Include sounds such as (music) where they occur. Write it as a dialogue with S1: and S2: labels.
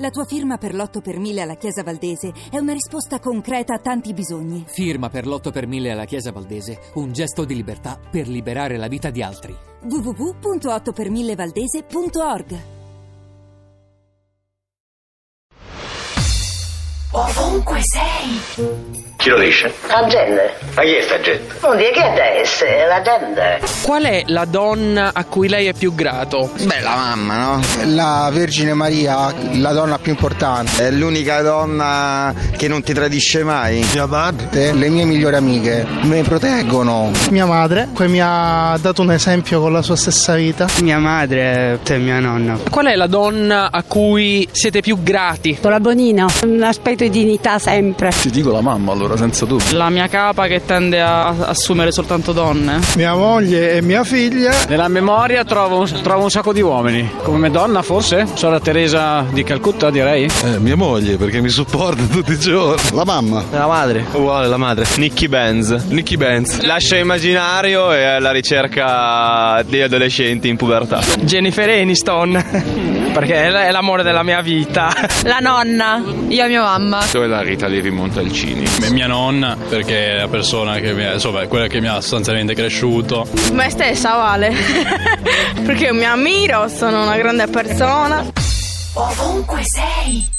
S1: La tua firma per l'8 per 1000 alla Chiesa Valdese è una risposta concreta a tanti bisogni.
S2: Firma per l'8 per 1000 alla Chiesa Valdese, un gesto di libertà per liberare la vita di altri.
S1: www.8per1000valdese.org
S3: Ovunque sei.
S4: Chi lo dice?
S5: Agende.
S4: Ma chi è sta gente?
S5: Non dire che adesso è l'agenda.
S6: Qual è la donna a cui lei è più grato?
S7: Beh, la mamma, no?
S8: La Vergine Maria, la donna più importante.
S7: È l'unica donna che non ti tradisce mai.
S8: Mia madre, le mie migliori amiche, mi proteggono.
S9: Mia madre, che mi ha dato un esempio con la sua stessa vita.
S10: Mia madre e mia nonna.
S6: Qual è la donna a cui siete più grati?
S11: La bonina, un aspetto di dignità sempre.
S12: Ti dico la mamma allora, senza dubbio.
S13: La mia capa che tende a assumere soltanto donne.
S8: Mia moglie e mia figlia.
S14: Nella memoria trovo, trovo un sacco di uomini. Come donna forse? Sora Teresa di Calcutta direi.
S15: Eh, mia moglie perché mi supporta tutti i giorni.
S8: La mamma.
S16: La madre.
S17: Uguale la madre.
S16: Nicky Benz.
S17: Nicky Benz.
S16: Lascia immaginario e la ricerca degli adolescenti in pubertà.
S6: Jennifer Aniston. (laughs) perché è l'amore della mia vita. (laughs)
S18: La nonna, io e mia mamma.
S19: Dove la Rita Levi Montalcini?
S20: Mia nonna, perché è la persona che mi ha, insomma, quella che mi ha sostanzialmente cresciuto.
S1: Me stessa, Vale. perché io mi ammiro, sono una grande persona.
S3: Ovunque sei.